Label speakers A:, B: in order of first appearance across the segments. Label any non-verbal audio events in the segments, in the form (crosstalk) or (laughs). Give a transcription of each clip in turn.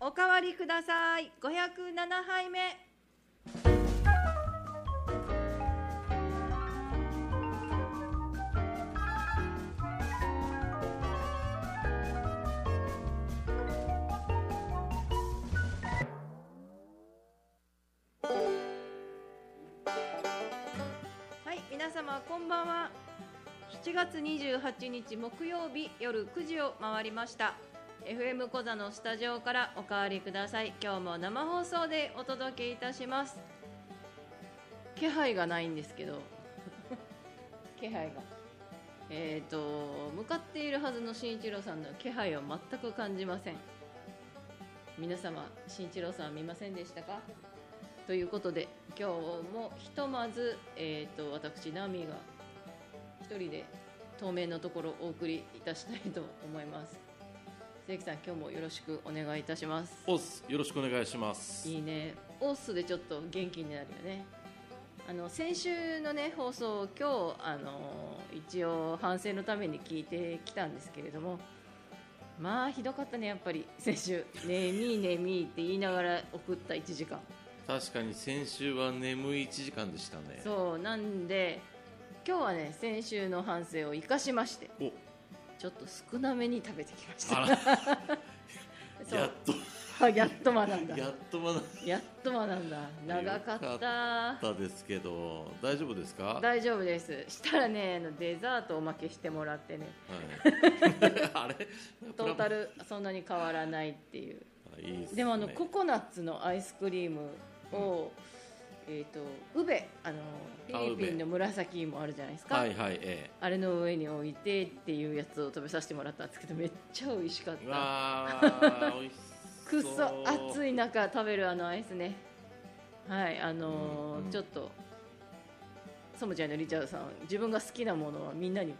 A: おかわりください507杯目はい皆様こんばんは7月28日木曜日夜9時を回りました FM 小座のスタジオからおかわりください今日も生放送でお届けいたします気配がないんですけど (laughs) 気配がえっ、と向かっているはずの新一郎さんの気配を全く感じません皆様新一郎さん見ませんでしたかということで今日もひとまず、えー、と私ナミが一人で当面のところお送りいたしたいと思います関さん今日もよろしくお願いいたします
B: オスよろしくお願いします
A: いいねオースでちょっと元気になるよねあの先週のね放送を今日あの一応反省のために聞いてきたんですけれどもまあひどかったねやっぱり先週「ねえみーねえみー」って言いながら送った1時間
B: 確かに先週は眠い1時間でしたね
A: そうなんで今日はね先週の反省を生かしまして
B: お
A: ちょっと少なめに食べてきました
B: あら
A: (laughs) そう
B: やっと
A: あやっと学んだ
B: やっとまだ
A: やっと学んだ長かった
B: よかったですけど大丈夫ですか
A: (laughs)
B: はい、
A: 大丈夫ですしたらねあのデザートおまけしてもらってね
B: あれ
A: トータルそんなに変わらないっていう
B: あいいですね
A: でもあのココナッツのアイスクリームを、えっ、とウベあのフ
B: あ
A: ィリピ
B: ウ
A: ン
B: ベ
A: の紫芋あるじゃないですか、
B: はいはいえ
A: あれの上に置いてっていうやつを食べさせてもらったんですけどめっちゃ美味しかっ
B: えう
A: た
B: わー美味し
A: くっ
B: そう
A: そ暑い中食べるあのアイスねはいあのー
B: うんうん
A: ちょっとソムちゃんのリチャードさん自分が好きなものはみんなに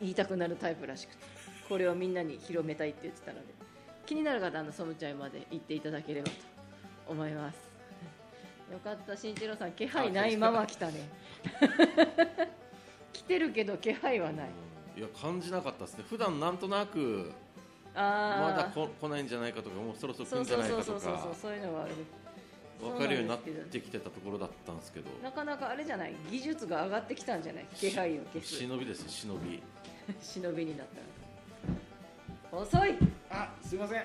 A: 言いたくなるタイプらしくてこれをみんなに広めたいって言ってたので気になる方はあのソムちゃんまで行っていただければと思います (laughs) よかった慎一郎さん気配ないまま来たね (laughs) 来てるけど気配はない
B: うんいや感じなかったですね普段なんとなくま
A: あ
B: だ
A: あ
B: こ来ないんじゃないかとかもうそろそろ来
A: そ
B: る
A: うん
B: じゃ
A: そう
B: ない
A: そう
B: か
A: そ
B: と
A: うそう
B: か
A: そういうのはある
B: 分かるようになってきてたところだったんですけど
A: なかなかあれじゃない技術が上がってきたんじゃない気配を消す
B: 忍びですね忍び
A: (laughs) 忍びになったら遅い
C: あ、すいません。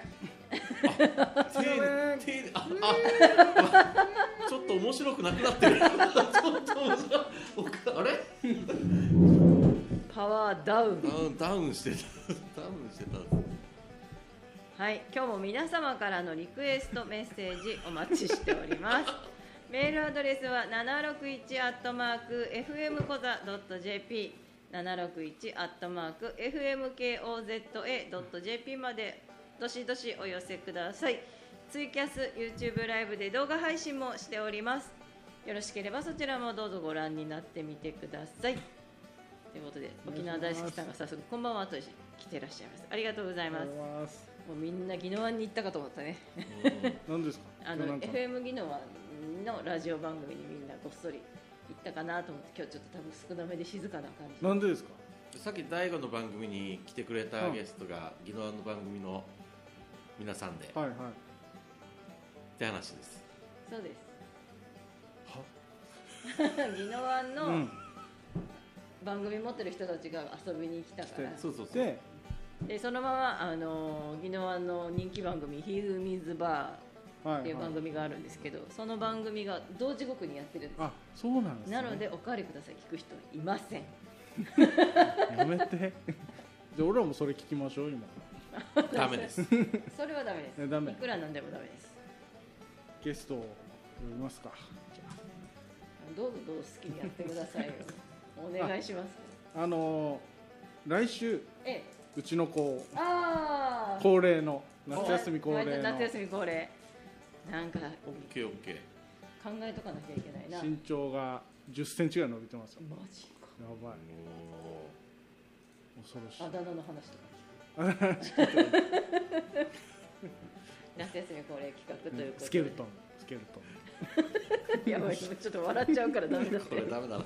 B: 丁寧丁寧あ (laughs) あちょっと面白くなくなってるちょっと面白いおかあれ
A: パワーダウン
B: ダウンダウンしてたダウンしてた
A: はい今日も皆様からのリクエストメッセージお待ちしておりますメールアドレスは761アットマーク FM コザドット JP 761アットマーク FMKOZA ドット JP までどしどしお寄せくださいツイキャス YouTube ライブで動画配信もしておりますよろしければそちらもどうぞご覧になってみてくださいということで沖縄大好きさんが早速こんばんはと来てらっしゃいますありがとうございます
C: ます。
A: もうみんな宜野湾に行ったかと思ったね。
C: 何ですか。
A: あの
C: なんか
A: FM 宜野湾のラジオ番組にみんなごっそり行ったかなと思って今日ちょっと多分少なめで静かな感じ。
C: なんでですか。
B: さっき大悟の番組に来てくれたゲストが宜野湾の番組の皆さんでっ
C: はいはい。
B: て話です
A: そうです。 (laughs) 宜野湾
C: う
A: の
C: ん。
A: 番組持ってる人たちが遊びに来たから、
C: 来
B: そうそうそう
C: で、
A: でそのままあの宜野湾の人気番組「ヒーミズバ
C: は
A: ー」って
C: い
A: いう
C: は
A: 番
C: い。
A: 組があるんですけど、その番組が同時刻にやってるんです。
C: あ、そうなんです、ね。
A: なのでおかわりください聞く人いません。
C: やめて。 (laughs) じゃあ俺らもそれ聞きましょう今。
B: ダメです
A: それはダメです。
C: えダメ
A: いくらなんでもダメです。
C: ゲストを呼びますか。
A: どうぞどうぞ好きにやってくださいよ。お願いします。
C: あのー、来週
A: ええ、
C: うちの子
A: ああ。
C: 恒例の夏休み恒例の
A: 夏休み恒例。なんか
B: オッケーオッケー
A: 考えとかなきゃいけないな。
C: 身長が10センチぐらい伸びてますよ。
A: マジか。
C: やばい。
B: も
C: 恐ろしい
A: あ。だ名の話とか
C: (laughs)
A: 聞く。夏休み恒例企画ということで。
C: スケルトン、スケルトン。
A: やばい、ちょっと笑っちゃうからダメだっ
B: うこれ
A: て。
B: ダメだなも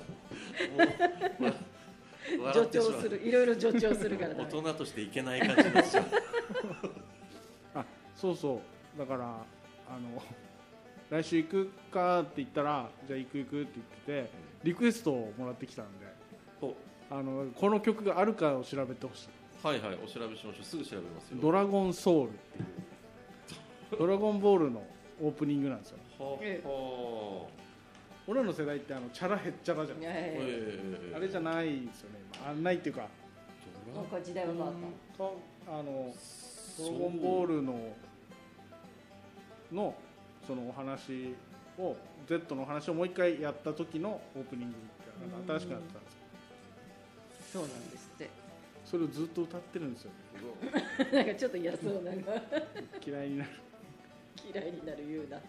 B: うわ笑
A: 助
B: ってしま
A: 長
B: う
A: する、いろいろ助長するからダ
B: 大
A: メ。
B: 人としていけない感じになっちゃう
C: あそうそうだからあの (laughs) 来週行くかって言ったらじゃあ行く行くって言っててリクエストをもらってきたんで
B: お
C: あのこの曲があるかを調べてほしい
B: はいはいお調べしましょうすぐ調べますよ
C: 「ドラゴンソウル」っていう「ドラゴンボール」のオープニングなんですよ
B: は
A: ええ
B: は
C: 俺らの世代ってあのチャラへっちゃらじゃん、
B: え
A: え
B: え
C: あれじゃないですよね今あんないっていうか
A: え
B: ドラ
A: なんか時代は変わっ
C: とあの「ドラゴンボールの」のそのお話を Z のお話をもう一回やった時のオープニングみたいななんか新しくなったんです
A: たそ
C: よ
A: うなんですって (laughs)
C: それをずっと歌ってるんですよね
A: なんかちょっと嫌そうなのが
C: 嫌いになる
A: 嫌いになる言うな
B: ドラゴン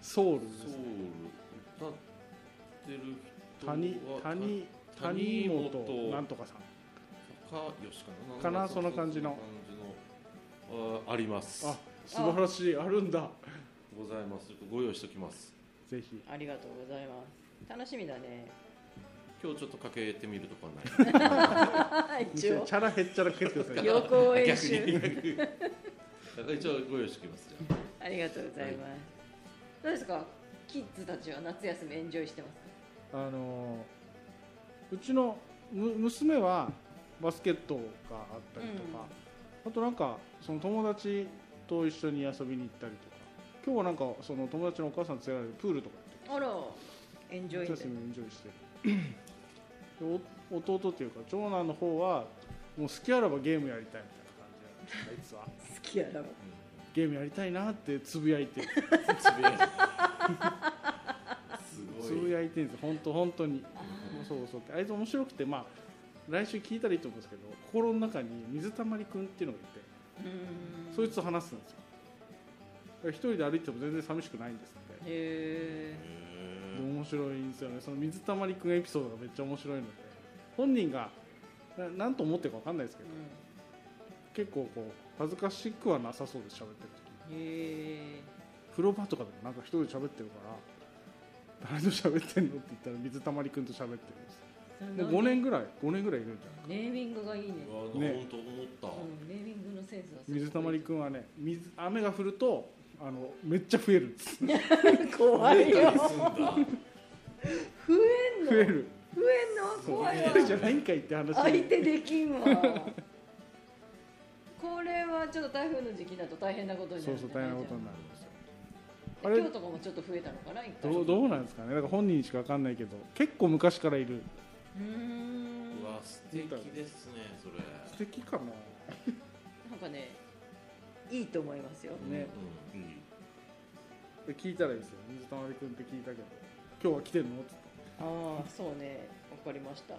C: ソウルです
B: ソウル歌ってる人は
C: 谷谷谷本なんとかさん
B: 高吉かな
C: かなその感じの
B: その感じのああります
C: あ素晴らしいあるんだ
B: ございますご用意しておきます
C: ぜひ
A: ありがとうございます楽しみだね
B: 今日ちょっとかけてみるとか
C: (laughs)
B: ない
A: 一応
C: チャラへっちゃらかけてください
A: 予行演
B: 逆
A: 習
B: に (laughs) だから一応ご用意しておきますじゃあ
A: ありがとうございます、どうですかキッズたちは夏休みエンジョイしてます
C: あのーうちのむ娘はバスケットがあったりとか、あとなんかその友達と一緒に遊びに行ったりとか今日はなんかその友達のお母さん連れられてプールとか
A: あらエンジョ
C: 行っ
A: イ
C: て夏休みエンジョイしてるでお弟っていうか長男の方はもう好きあらばゲームやりたいみたいな感じなんですあいつは
A: 好きやな
C: ゲームやりたいなってつぶやいてる
B: つ
C: (laughs)
B: ぶやいて
C: つ
B: すご
C: ぶ
B: い
C: やいてるんですよ本当本当に。そうそうってあいつ面白くてまあ来週聞いたらいいと思うんですけど心の中に水たまりくんっていうのがいて、
A: うん
C: そいつと話すんですよだから一人で歩いても全然寂しくないんですって、
A: へ
C: で面白いんですよねその水たまりくんエピソードがめっちゃ面白いので本人がな何と思ってるか分かんないですけど
A: え
C: 結構こう恥ずかしくはなさそうで喋ってる
A: へ
C: 時
A: え
C: 風呂場とかでもなんか一人で喋ってるから誰と喋ってんのって言ったら水たまりくんと喋ってるんですで5年ぐらい5年ぐらいいるんじゃない
A: ネーミングがいいね
C: ね
B: 本当思った、
A: うんネーミングのセンスはすごい
C: 水たまりくんはね水雨が降るとあのめっちゃ増えるんです
A: 怖い
C: (laughs)
A: よ
B: すんだ
A: 増えんの
C: 増
A: 増
C: える
A: えんの
C: そう
A: 怖いわ
C: 一人じゃないんかいって話
A: 相手できんわ (laughs) これはちょっと台風の時期だと大変なことにな
C: そう
A: るんじ
C: そ
A: ゃ
C: う
A: な
C: 大
A: い
C: 変なことになるんですよあ
A: じゃん
C: れ
A: 今日とかもちょっと増えたのかな一回
C: どうどうなんですかねだから本人にしか分かんないけど結構昔からいる
A: うーん
B: うわ素敵ですねそれ
C: 素敵かな
A: なんかねいいと思いますよ
C: ね
B: うん、うんいい
C: 聞いたらいいですよ水たまりくんって聞いたけど今日は来てるのって
A: ああそうねわかりました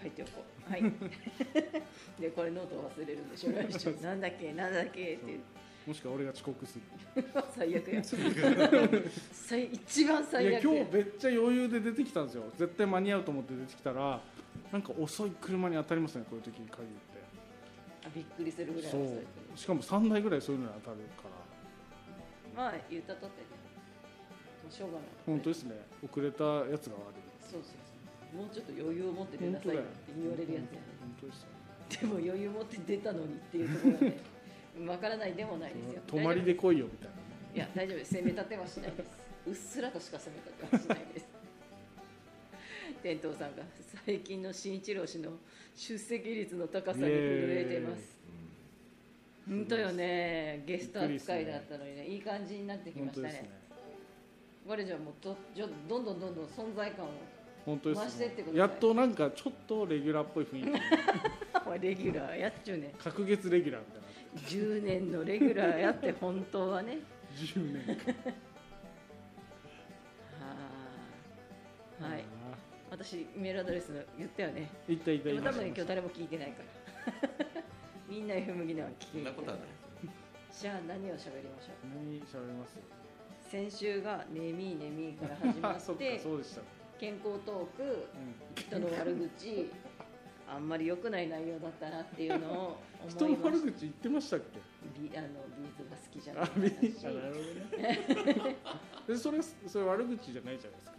A: 書いておこうはい (laughs) でこれノート忘れるんでしょ来
C: (laughs)
A: 週なんだっけなんだっけっていう
C: もしくは俺が遅刻する
A: 最悪
C: (laughs)
A: や (laughs) 最一番
C: い
A: 最
C: や
A: 悪
C: 今日めっちゃ余裕で出てきたんですよ絶対間に合うと思って出てきたらなんか遅い車に当たりますねこういう時に限って
A: あびっくりするぐらい
C: そ
A: の
C: うしかも3台ぐらいそういうのに当たるから
A: まあ言ったとってねもうしょうがない
C: 本当ですね遅れたやつが悪い
A: そうそうそうもうちょっと余裕を持って出なさいよって言われるやつやね
C: 本当ですよ
A: でも余裕持って出たのにっていうところが
C: (laughs)
A: ねわからないでもないですよ
C: 泊まりで来いよみたい
A: いや大丈夫です攻め立てはしないですうっすらとしか攻め立てはしない
C: (laughs)
A: です天童さんが最近の新一郎氏の出席率の高さに震えてます本当よねゲスト扱いだったのにねいい感じになってき
C: な
A: ま
C: 本
A: し
C: 当
A: た
C: で
A: ね
C: すね
A: 我じゃもうどじょどんどんどんどん存在感を
C: 本当で
A: 回し
C: す
A: て
C: ね
A: ってください
C: やっとなんかちょっとレギュラーっぽい雰囲気
A: お前レギュラーやっちゅうね
C: 隔月レギュラーみたい
A: 10年のレギュラーやって本当はね
C: になって10年か
A: はあはい私メールアドレスの言ったよね
C: いったいった
A: で
C: い
A: も
C: ま
A: 多
C: した
A: 分今日誰も聞いてないから (laughs) みんな F 麦のは
B: そ
A: 聞
B: ん
A: いて
B: なことはない
A: じゃあ何を喋りましょ
C: 何喋ります
A: う先週が「ねみーねみー」から始ま
C: (laughs) あそ
A: っ
C: っか
A: て
C: そうでした、
A: 健康トーク
C: うん、
A: 人の悪口あんまり良くない内容だったなっていうのを
C: 人
A: 思い
C: の
A: ま
C: 悪
A: し
C: 口言ってましたっけ
A: ビあのビーズが好きじゃない
C: あ見えたな
A: 話
C: るほどねでそれそれ悪口じゃないじゃないですか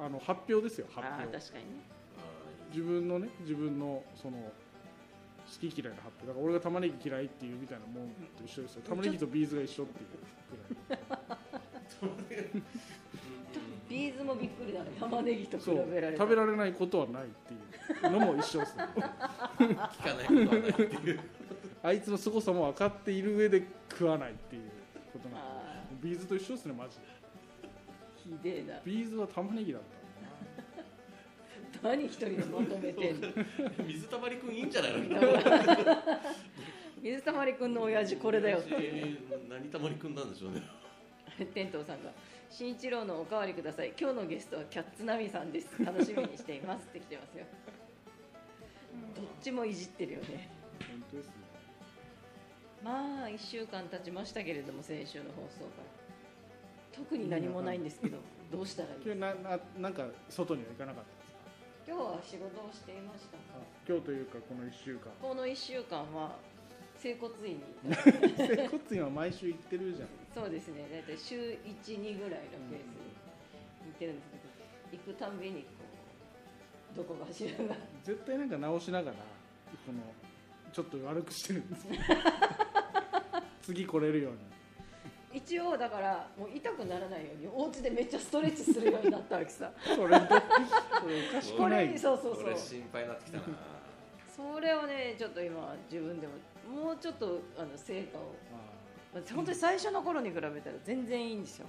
C: あの発表ですよ
A: あ
C: 発
A: あ
C: 表
A: 確かにね
B: あ
C: 自分のね自分のその好き嫌いが発表だから俺が玉ねぎ嫌いっていうみたいなもんと一緒ですよ玉ねぎとビーズが一緒っていうぐらい
A: ビーズもびっくりだね玉ねぎと比
C: そう
A: べられた
C: 食べられないことはないっていうのも一緒ですよ
A: (laughs)
B: 聞かないことはないっていう
C: あいつの凄さも分かっている上で食わないっていうことなんで
A: あ
C: ビーズと一緒ですねマジで
A: ーひでえな
C: ビーズは玉ねぎだった
A: 何一人でまとめてんの
B: 水たまりくんいいんじゃないの
A: 水たまりくんの親父これだよって
B: 私何たまりくんなんでしょうね
A: 天童さんが「新一郎のおかわりください今日のゲストはキャッツナミさんです楽しみにしています」って来てますよどっちもいじってるよね
C: 本当ですね
A: まあ1週間経ちましたけれども先週の放送から特に何もないんですけどどうしたらいい
C: 今日なななんか外には行かなかったですか
A: 今日は仕事をしていました
C: あ今日というかこの1週
A: (laughs)
C: 間
A: この1週間は整骨院に行った
C: 整骨院は毎週行ってるじゃん
A: そうですね大体週12ぐらいのペースで行ってるんですけど行くたんびにこうどこかしらが
C: 絶対なんか直しながらこのちょっと悪くしてるん (laughs) ですよ次来れるように
A: 一応だからもう痛くならないようにお家でめっちゃストレッチするようになったわけさ
C: それどそれおかし
A: こ
C: くな
A: れ
C: い
A: そうそうそう
B: 俺心配になってきたな
A: それをねちょっと今自分でももうちょっとあの成果を
C: あ
A: まあ本当に最初の頃に比べたら全然いいんですよ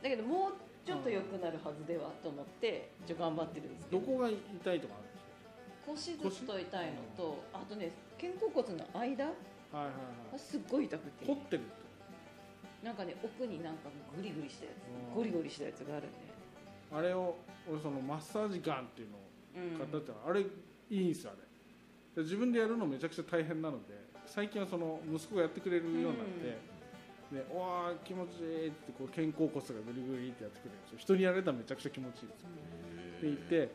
B: う
A: だけどもうちょっと良くなるはずではと思ってちょっと頑張ってるんです
C: ー
A: け
C: ど
A: ど
C: こが痛いとかあるんです
A: 腰ずっと痛いのとあとね肩甲骨の間
C: かはいはい
A: が
C: は
A: すっごい痛くて
C: い凝ってるって
A: なんかね奥になんかグリグリしたや
C: うん
A: つゴリゴリしたやつがあるんで
C: あれを俺そのマッサージガンっていうのを買ったって、あれいいんですよあれ自分でやるのめちゃくちゃ大変なので最近はその息子がやってくれるようになって、で「おー気持ちいい」ってこう肩甲骨がグリグリってやってくれるんですよ人にやられたらめちゃくちゃ気持ちいいですよって言
B: ん
C: って「なんか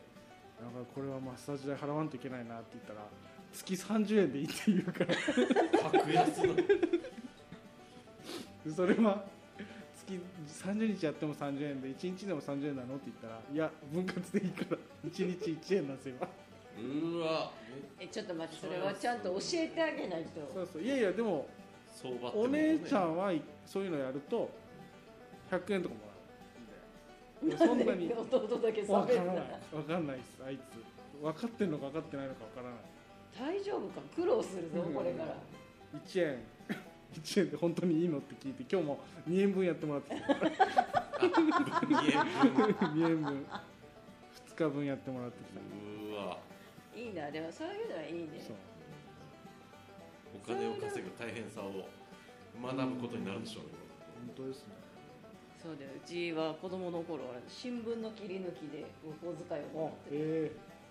C: これはマッサージ代払わんといけないな」って言ったら「月30円でいい」って言うから (laughs)
B: 格安だ
C: それは月30日やっても30円で1日でも30円なのって言ったら「いや分割でいいから1日1円なんですよ」
B: うわ
A: えちょっと待ってそれはちゃんと教えてあげない
C: そ
A: と
C: うそういやいやでも
B: 相場って
C: お姉ちゃ
B: ん
C: んはいそういうのやると100円とかもらうんでそんな
A: なん
C: に
A: で弟だけ
C: 分
A: 喋
C: から
A: る
C: な
A: ない
C: 分かんないですあいつ分かってんのか分かってないのか分からない
A: 大丈夫か苦労するぞこれから
C: 1円 (laughs) 1円で本当にいいのって聞いて今日も2円分やってもらってき (laughs) た2円分2日分やってもらってきた
B: うわ
A: いいなでもそういうのはいいね
C: そう
B: お金を稼ぐ大変さを学ぶことになるでしょうね
C: 本当ですね
A: そうだようちは子供の頃あれ新聞の切り抜きでお小遣いを
C: あ
A: もらって
C: え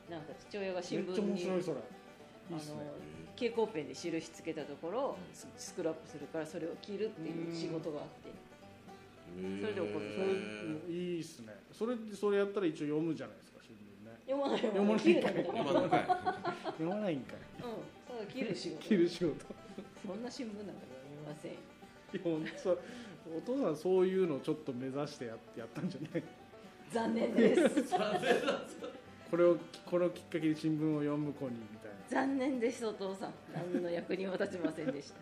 A: なんか父親が
C: え
A: 新
C: めっちゃ
A: 聞
C: 面
A: に
C: 白いそれ
A: あ
C: いい
A: の
C: っすね
A: 蛍光ペンで印つけたところをススクラップするからそれを切るっていう仕事があってそれでお小遣
C: それうんいいっすねそれそれやったら一応読むじゃないですか新聞ね
A: 読まない
C: 読まない
A: 切るだけだから
B: 今のかい
C: (laughs) 読まないんかい
A: うんそう切る仕事
C: (laughs) 切る仕事
A: そんな新聞なんか読みませんよ
C: いや本当そうお父さんそういうのをちょっと目指してややったんじゃない
A: 残念
C: (laughs)
A: です
C: これをこれをきっかけに新聞を読む子にみたいな
A: 残念ですお父さん何の役にも立ちませんでした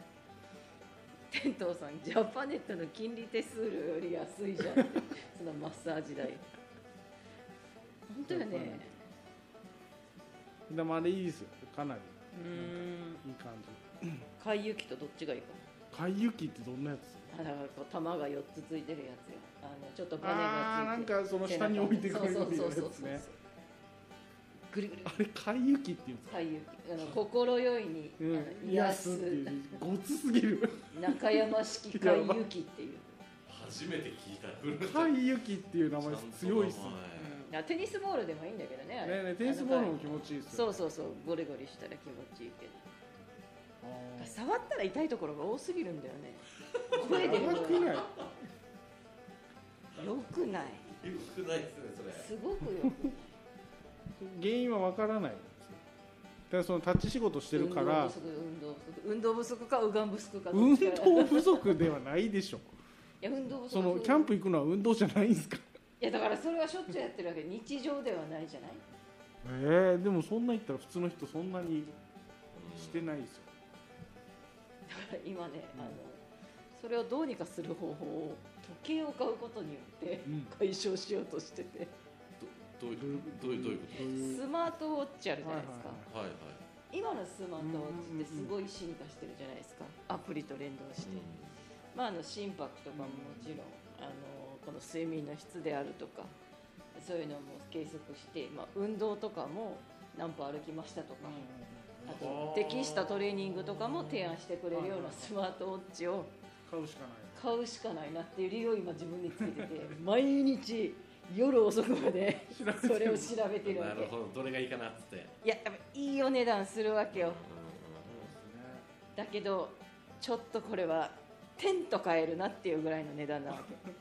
A: 天童さんジャパネットの金利手数料より安いじゃんそのマッサージ代本当よ
C: ジャパネ
A: ね
C: ッでもあれいいですよかなり
A: うーん
C: いい感じ
A: 海遊機とどっちがいいか
C: 海遊記ってどんなやつ
A: あだからこう玉が4つついてるやつよあのちょっとバネ
C: あー
A: が
C: な
A: つい
C: ん
A: て
C: かその下に置いてくれるようなや
A: そうそう
C: つ
A: そうそう
C: ね
A: ぐるぐる
C: あれ海遊記っていうんですか、
A: 海遊機あの心よいに、あの
C: う
A: 癒
C: ん、癒
A: す
C: すっていうごつすぎる
A: 中山式海遊機っていう
B: 初めて聞いた
C: 海遊記っていう名前強いっす
B: ちゃんと名
C: ね
A: うんあテニスボールでもいいんだけどねあれ
C: ねねテニスボールも気持ちいいっす
A: そ
C: よ
A: うそうそうゴリゴリしたら気持ちいいけど
C: あー
A: 触ったら痛いところが多すぎるんだよ
C: (laughs)
A: ね声で
C: 甘くない
A: よくない
B: 前よく
C: (laughs)
B: ないですねそれ
A: すごくよくない
C: 原因はわからないんですよただその立ち仕事してるか
A: 運動
C: ら
A: 不足運動不足運動不足かうがん不足かど
C: 運
A: っちかい
C: 動不足ではない
A: (laughs)
C: でしょ
A: や運動不足
C: そのキャンプ行くのは運動じゃないんですか
A: いやだからそれはしょっちゅうやってるわけ日常ではないじゃない
C: えー、でもそんな言ったら普通の人そんなにしてないですよ
A: 今ね、
C: うん
A: あのそれをどうにかする方法を時計を買うことによって
C: うん
A: 解消しようとしてて
B: どういうどういうどういうこ
C: どういう
A: スマートウォッチあるじゃないですか、
C: はいはい
B: とは
A: 今の
B: いはい、
A: スマートウォッチってすごい進化してるじゃないですかアプリと連動して、まあ、あの心拍とかももちろんあのこの睡眠の質であるとかそういうのも計測して、まあ、運動とかも何歩歩きましたとか、あと
B: あー
A: 適したトレーニングとかも提案してくれるようない
C: はいは
A: スマートウォッチを
C: 買うしかない
A: 買うしかないなっていう理由を今自分でつけてて毎日夜遅くまで
C: 調べてる
A: それを調べてるわ
B: なる
A: け
B: ほどどれがいいかなっつって
A: いややっぱいいお値段するわけよ
C: そ
A: だけどちょっとこれはテント買えるなっていうぐらいの値段なわ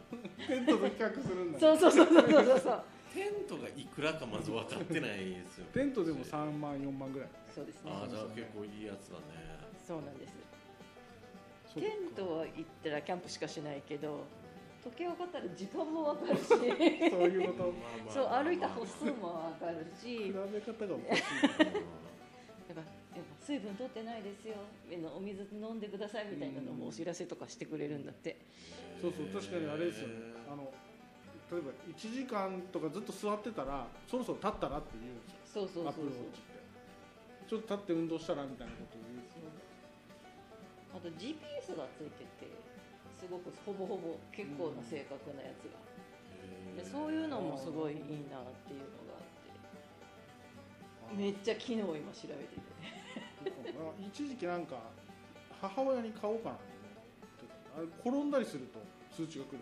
A: け
C: うですねテントと比較するんだね
A: そうそうそうそうそう
B: (laughs)
A: そうそう
B: テントがいくらかまず分かってないですよ
C: テントでも3万4万ぐらい
A: そうですね
B: ああじゃあ結構いいやつだね
A: そうなんです
C: そっ
A: テ
C: か
A: ントは行ったらキャンプしかしないけど時計を買ったら時間も分かる
B: (laughs)
A: し
C: そういうこ
B: ま
C: と
B: あまあ
A: そう
B: まあまあ
A: 歩いた歩数も分かる
C: 比
A: し
C: べ方がお (laughs) かしい
A: だからやっぱ水分取ってないですよみんなお水飲んでくださいみたいなのもお知らせとかしてくれるんだって
C: そうそう確かにあれですよねあの例えば1時間とかずっと座ってたらそろそろ立ったらって言うんですよ
A: そうそう
C: ア
A: そ
C: ッ
A: う
C: プ
A: そう
C: ルウォッチってちょっと立って運動したらみたいなことを言うんですよ
A: あと GPS がついててすごくほぼほぼ結構な正確なやつが、でそういうのもすごいいいなっていうのがあってめっちゃ機能を今調べてて
C: あ一時期なんか母親に買おうかなと思ってあれ転んだりすると通知が来る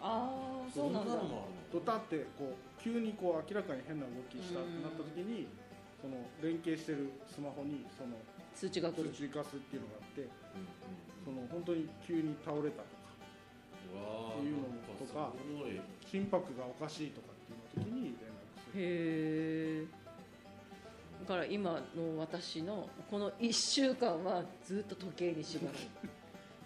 A: ああそ
B: そ
A: う
B: うな
A: なんんだ
B: なのもあ
C: ド
B: るの
C: タってこう急にこう明らかに変な動きしたってなった時にその連携してるスマホにその
A: 通知が来
C: 通
A: る
C: 知化すっていうのがあってそ
B: うんうん
C: の本当に急に倒れたとか
B: うわー
C: っていうのもとか
B: すごい
C: 心拍がおかしいとかっていうの時に連絡する
A: へえだから今の私のこの1週間はずっと時計に縛
B: (laughs)
A: られて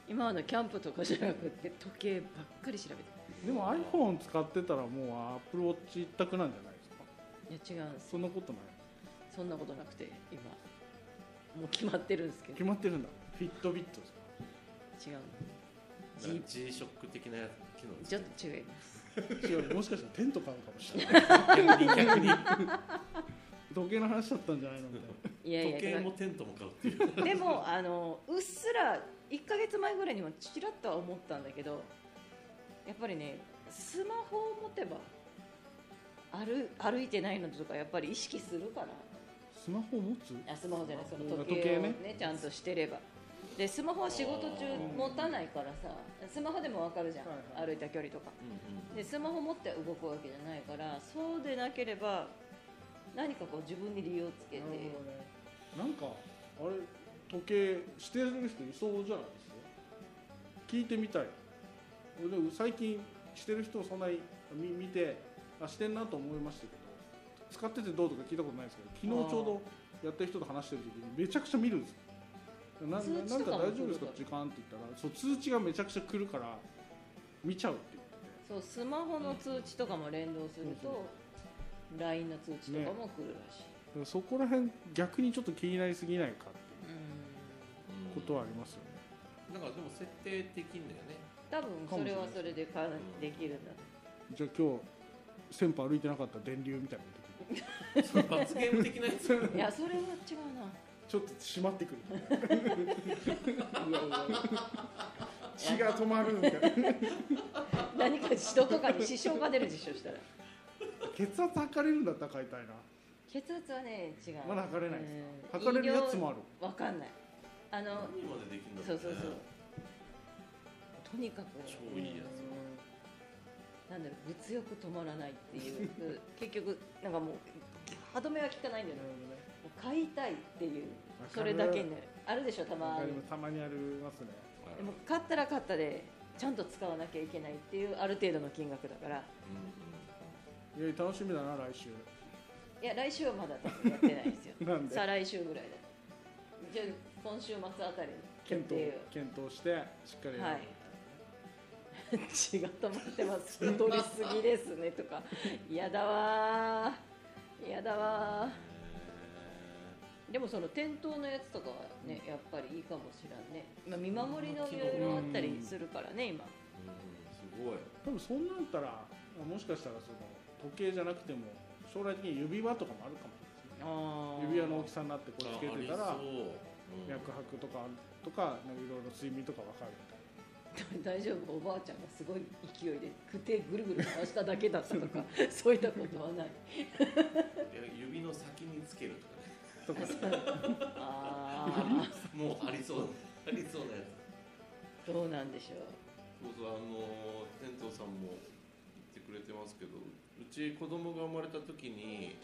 A: 今はあのキャンプとかじゃなくて時計ばっかり調べて
C: でも iPhone 使ってたらもう AppleWatch 一択なんじゃないですか
A: るいや違うんです
C: そんなことない
A: そんなことなくて今もう決まってるんですけど
C: 決まってるんだフィットビットですか
A: 違う
B: なんか G ショック的な機能
A: ちょっと違います
C: 違うもしかしたらテント買うかもしれない
B: 逆に逆に
C: 時計の話だったんじゃないのみたい
A: いやいや
B: 時計もテントも買うっていう
A: だからでもあのうっすら1か月前ぐらいにもちらっとは思ったんだけどやっぱりねスマホを持てば歩歩いてないのとかやっぱり意識するか
C: なスマホを持つ
A: らあスマホじゃないその
C: あ
A: 時計をね
C: 時
A: ちゃんとしてればでスマホは仕事中持たないからさスマホでも分かるじゃん、
C: はいはい
A: 歩いた距離とか
B: うんうん
A: でスマホ持って動くわけじゃないからそうでなければ何かこう自分に理由をつけて
C: なるほどねなんかあれ時計指定する人いそうじゃないですか聞いてみたい俺でも最近してる人そんなに見見てあしてんなと思いましたけど使っててどうとか聞いたことないですけど昨日ちょうどやってる人と話してる時にめちゃくちゃ見るんですよなな
A: 通知と
C: なん
A: か
C: か
A: も
C: 大丈夫ですか時間って言ったらそう通知がめちゃくちゃ来るから見ちゃうって言ってて
A: そうスマホの通知とかも連動する
C: うん
A: と LINE の通知とかも来るらしい、
C: だからそこら辺逆にちょっと気になりすぎないかっていう
B: うん
C: ことはありますよね、
B: なんかでも設定できんだよね
A: 多分それはそれでかなりできるんだ
C: じゃあ今日先歩歩いてなかったら電流みたいなの出てくる
B: その罰ゲーム的なやつ
A: いやそれは違うな
C: (laughs) ちょっと閉まってくるうわうわうわ血が止まるみたいな
A: (laughs) 何か人とかに支障が出るでしょしたら
C: 血圧測れるんだったら買いたいな
A: 血圧はね違う
C: まだ測れないです
A: うん
C: 測れるやつもある
A: 医療わかんないあの
B: 何までできんだろ
A: そうう
B: ね
A: そうそうとにかく
B: 超いいやつ
A: なんだろう物欲止まらないっていう結局なんかもう歯止めは効かないんだよねもう買いたいっていう
C: わかる
A: それだけになるあるでしょた
C: わ
A: ま
C: か
A: に
C: りますたまにありますね
B: はい
A: でも買ったら買ったでちゃんと使わなきゃいけないっていうある程度の金額だから
B: うんうん
C: いや楽しみだな来週
A: いや来週はまだ多分やってないですよ
C: なん (laughs) で
A: 再来週ぐらいだじゃあ今週末あたりに決
C: 検討
A: 定
C: 検討してしっかりやる
A: を血が止まって
C: (laughs)
A: ます太りすぎですねとか嫌だわー嫌だわ
B: へー
A: ーでもその店頭のやつとかはねやっぱりいいかもしらんね、まあ、見守りのいろいろあったりするからね今
B: すごい
C: 多分そんなんったらもしかしたらその時計じゃなくても将来的に指輪とかもあるかもしれないです
A: あ
C: ね指輪の大きさになってこれつけてた
B: ああり
C: ら
B: そううん
C: 脈拍とかとかなんかいろいろ睡眠とかわかるみたいな
A: (laughs) 大丈夫おばあちゃんがすごい勢いで手ぐるぐる回しただけだったとか (laughs) そういったことはない
B: いや指の先につけるとかね
C: とか
A: あ
B: もうありそうありそうなやつ
A: あどうなんでしょう
B: そうそうあのー店頭さんも言ってくれてますけどうち子供が生まれた時に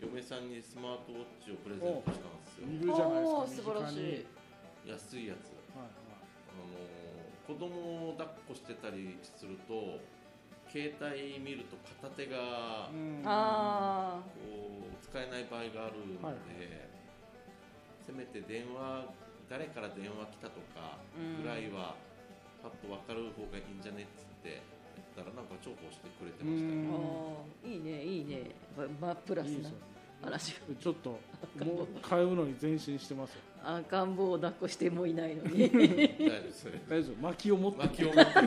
B: 嫁さんにスマートウォッチをプレゼントしたんですよ
C: いるじゃないです
A: お
C: か
A: ー素晴らしい
C: 身近に
B: 安いやつ
C: はい
B: あのー子供を抱っこしてたりすると携帯見ると片手が
C: はいうん
A: あ
B: こう使えない場合があるので、
C: はい
B: せめて電話誰から電話来たとか
A: あうん
B: ぐらいはパッと分かる方がいいんじゃねっつって言ったらなんか重宝してくれてましたよ
A: ああ
B: ね
A: いいねいいねまあプラス
C: いいで
A: な
C: すよね
A: 話が
C: ちょっともう買うのに前進してますよ
A: 赤ん坊を抱っこしてもいないのに
B: 大丈夫ですね
C: 大丈夫薪を持って
B: 薪を持ってるそう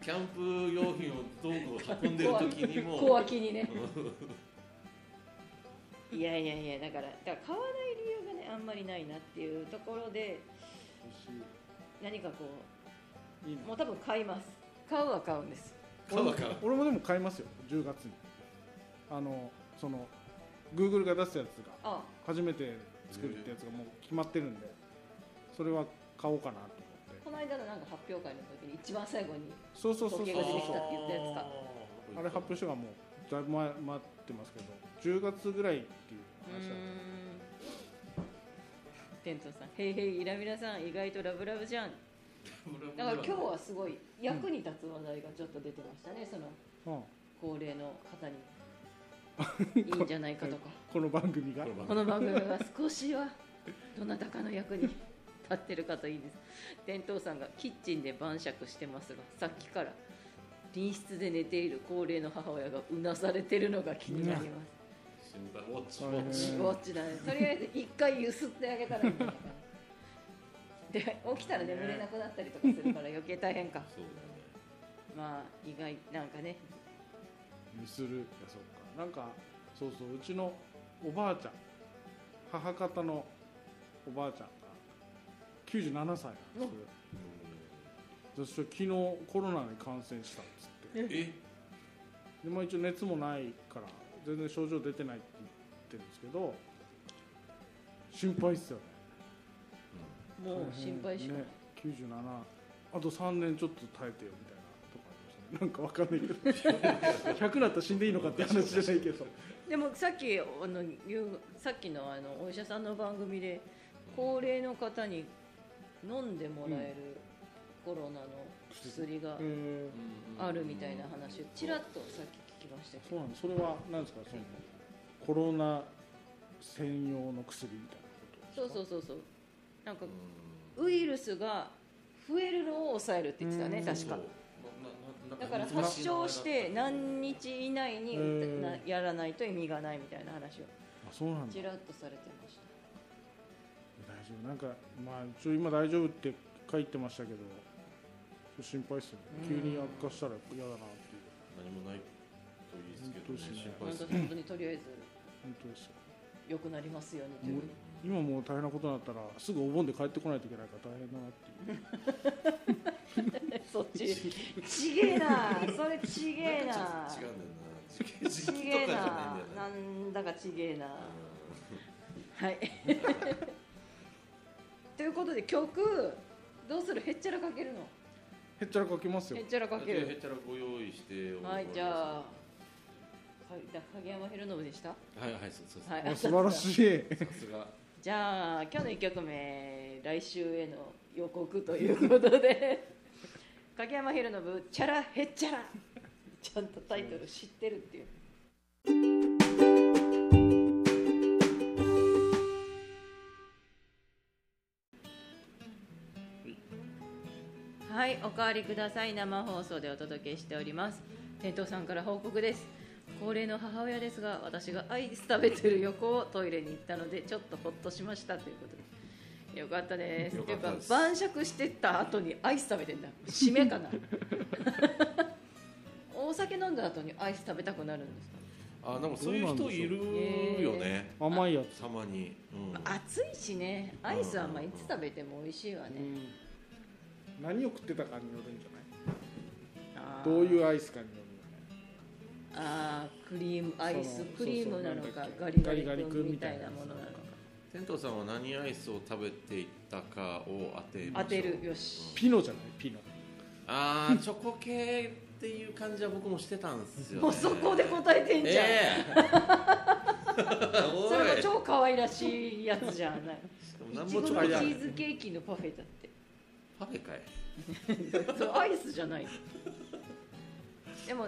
B: キャンプ用品を道具を運んでる時にも
A: 小脇にね (laughs) いやいやいやだからだから買わない理由がねあんまりないなっていうところで何かこ
C: いいうな
A: もう多分買います買うは買うんです
B: 買うわ買う
C: 俺もでも買いますよ10月にあのその Google が出すやつが
A: あ
C: 初めて作るってやつがもう決まってるんでそれは買おうかなと思って
A: この間のなんか発表会の時に一番最後に
C: そうそうそうそう
A: 時計が
C: そ
A: 出
C: う
A: てきたって言ったやつか
C: あれ発表
B: し
C: 書がもうだいぶ前待ってますけど10月ぐらいっていう話だっ
A: テントさん「へいへいイラミラさん意外とラブラブじゃん」だから今日はすごい役に立つ話題がちょっと出てましたね、その
C: た、うん、
A: 高齢の (laughs) 方にいいんじゃないかとか
C: この番組が
B: この番
A: この番組は少しはどなたかの役に立ってるかといいです店頭さんがキッチンで晩酌してますがさっきから隣室で寝ている高齢の母親がうなされてるのが気になりま
B: 心配ウォッチウ
C: うん
B: ォッチ
A: す
C: うん
A: ウォッチだねとりあえず一回ゆすってあげたらいいんじゃないかなで起きたら眠れなくなったりとかするから余計大変か
B: そうだね
A: まあ意外なんかね
C: ミスるいやそうかなんかそうそううちのおばあちゃん母方のおばあちゃんが97歳なんです私昨日コロナに感染したっつって
B: え
C: でも一応熱もないから全然症状出てないって言ってるんですけど心配っすよね
A: もう心配しかない、
C: ね、97あと3年ちょっと耐えてよみたいなとかありましたねなんかわかんないけど100なったら死んでいいのかって話じゃないけど
A: でもさっきあの言うさっきのあのお医者さんの番組で高齢の方に飲んでもらえるコロナの薬が
C: え
A: あるみたいな話をちらっ
B: と
A: とさっき聞きました
C: ー
A: け
C: そう
A: ど
C: なんですそれは何ですかそのコロナ専用の薬みたいなこと
A: そうそううそうそうなんかウイルスが増えるのを抑えるって言ってたね
C: うん
A: 確かだから発症して何日以内に
C: うん
A: なやらないと意味がないみたいな話を
C: あそうなんだ
A: ちらっとされてました
C: 大丈夫なんかまあ一応今大丈夫って書いてましたけど心配っすよね急に悪化したら嫌だなっていう
B: 何もないといいですけどね心配
A: 本
B: す
A: 当
B: る
A: 本当にとりあえず
C: 本当ですよ
A: 良くなりますようにという
C: うん今もう大変なことになったらすぐお盆で帰ってこないといけないから大変だなっていう
A: (laughs) そっち。ちげえな。それちげ
B: (laughs)
A: えな。
B: 違うんだよな時期
A: ちげえ
B: とかじ
A: な
B: ゃないん
A: な
B: だよ。なん
A: だかちげえな。はい。 (laughs) ということで曲どうする？へっちゃらかけるの？
C: へっちゃらかけますよ
A: へっちゃらかけ
B: ヘ
A: る。
B: チャラご用意しております
A: はいじゃあ。かだ影山博信でした。
B: はいはいそうそうそう
A: は
C: あ素晴ら
A: い。
C: しい
B: さすが
A: (laughs) じゃあ今日の一曲目来週への予告ということで (laughs) 影山博信チャラへっちゃらちゃんとタイトル知ってるっていう。はい、おかわりください生放送でお届けしております店頭さんから報告です高齢の母親ですが私がアイス食べてる横をトイレに行ったのでちょっとほっとしましたということでよかったです
B: よかったです
A: ていうか晩酌してった後にアイス食べてんだ締めかな (laughs) お酒飲んだ後にアイス食べたくなるんですか
B: あなんかそういう人いるよね
C: 甘いやつ
B: たまに、うん、
A: 暑いしねアイスはまあいつ食べても美味しいわね、
D: うん何を食ってたかによるんじゃない
A: あー
D: どういうアイスかによるよね
A: あークリームアイス
D: そう
A: クリームなの
D: そうそう
A: か
D: なんだっけ
A: ガリガリ
D: ガリガリ
A: 君
D: 君
A: み
D: み
A: た
D: た
A: い
D: い
A: な
D: な
A: ものなのか
B: 天童さんは何アイスを食べていったかを当てましょう
A: 当てるよし
D: ピノじゃないピノ
B: あーチョコ系っていう感じは僕もしてたんですよ、ね、
A: もうそこで答えてんじゃん、
B: ええ
A: (laughs)
B: お
A: それも
B: い
A: 超可愛らしいやつじゃない
B: ないん
A: ち
B: も
A: ご
B: チョ
A: の
B: コ
A: チ
B: じゃない
A: ーズケーキのパフェだって
B: パフェかい
A: それアイスじゃないでも